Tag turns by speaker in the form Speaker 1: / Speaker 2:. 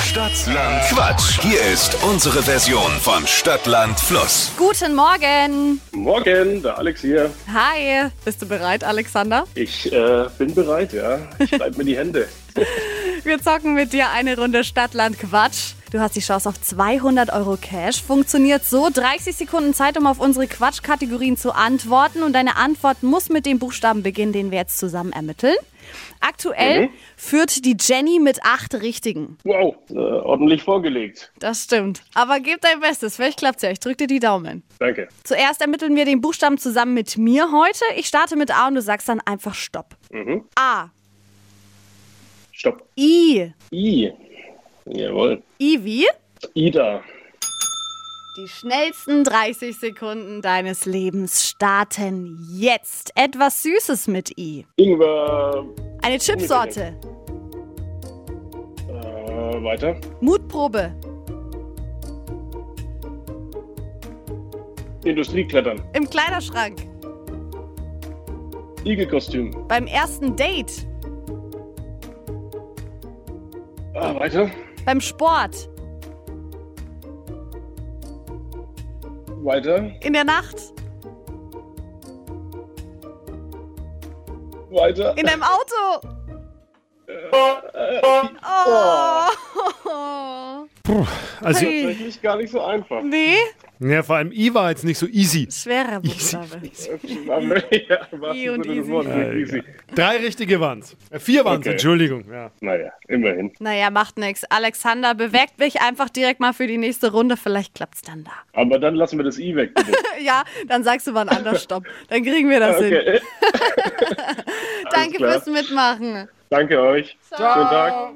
Speaker 1: Stadtland Quatsch. Hier ist unsere Version von Stadtland Fluss.
Speaker 2: Guten Morgen.
Speaker 3: Morgen, der Alex hier.
Speaker 2: Hi. Bist du bereit, Alexander?
Speaker 3: Ich äh, bin bereit, ja. Ich bleib mir die Hände.
Speaker 2: Wir zocken mit dir eine Runde Stadtland Quatsch. Du hast die Chance auf 200 Euro Cash. Funktioniert so: 30 Sekunden Zeit, um auf unsere Quatschkategorien zu antworten. Und deine Antwort muss mit dem Buchstaben beginnen, den wir jetzt zusammen ermitteln. Aktuell führt die Jenny mit acht Richtigen.
Speaker 3: Wow, äh, ordentlich vorgelegt.
Speaker 2: Das stimmt. Aber gib dein Bestes. Vielleicht klappt's ja. Ich drück dir die Daumen.
Speaker 3: Danke.
Speaker 2: Zuerst ermitteln wir den Buchstaben zusammen mit mir heute. Ich starte mit A und du sagst dann einfach Stopp. A.
Speaker 3: Stopp.
Speaker 2: I.
Speaker 3: I. Jawohl.
Speaker 2: I wie?
Speaker 3: Ida.
Speaker 2: Die schnellsten 30 Sekunden deines Lebens starten jetzt. Etwas Süßes mit I.
Speaker 3: Ingwer.
Speaker 2: Eine Chipsorte.
Speaker 3: Äh, weiter.
Speaker 2: Mutprobe.
Speaker 3: Industrieklettern.
Speaker 2: Im Kleiderschrank.
Speaker 3: Igelkostüm.
Speaker 2: Beim ersten Date.
Speaker 3: Ah, weiter.
Speaker 2: Beim Sport.
Speaker 3: Weiter.
Speaker 2: In der Nacht.
Speaker 3: Weiter.
Speaker 2: In deinem Auto. Oh.
Speaker 4: Also,
Speaker 2: Hey.
Speaker 3: Wirklich gar nicht so einfach.
Speaker 2: Nee.
Speaker 4: ja, vor allem I war jetzt nicht so easy.
Speaker 2: Schwerer Buchstabe.
Speaker 3: Aber, ja, was
Speaker 2: I und easy.
Speaker 3: Wort, easy.
Speaker 4: Drei richtige waren's. Äh, vier waren's,
Speaker 3: Okay.
Speaker 4: Entschuldigung. Ja.
Speaker 3: Naja, immerhin.
Speaker 2: Naja, macht nix. Alexander, bewegt mich einfach direkt mal für die nächste Runde. Vielleicht klappt's dann da.
Speaker 3: Aber dann lassen wir das I weg, bitte.
Speaker 2: Ja, dann sagst du wann anders Stopp. Dann kriegen wir das hin.
Speaker 3: Okay.
Speaker 2: Danke
Speaker 3: klar.
Speaker 2: fürs Mitmachen.
Speaker 3: Danke euch. Ciao. Schönen Tag.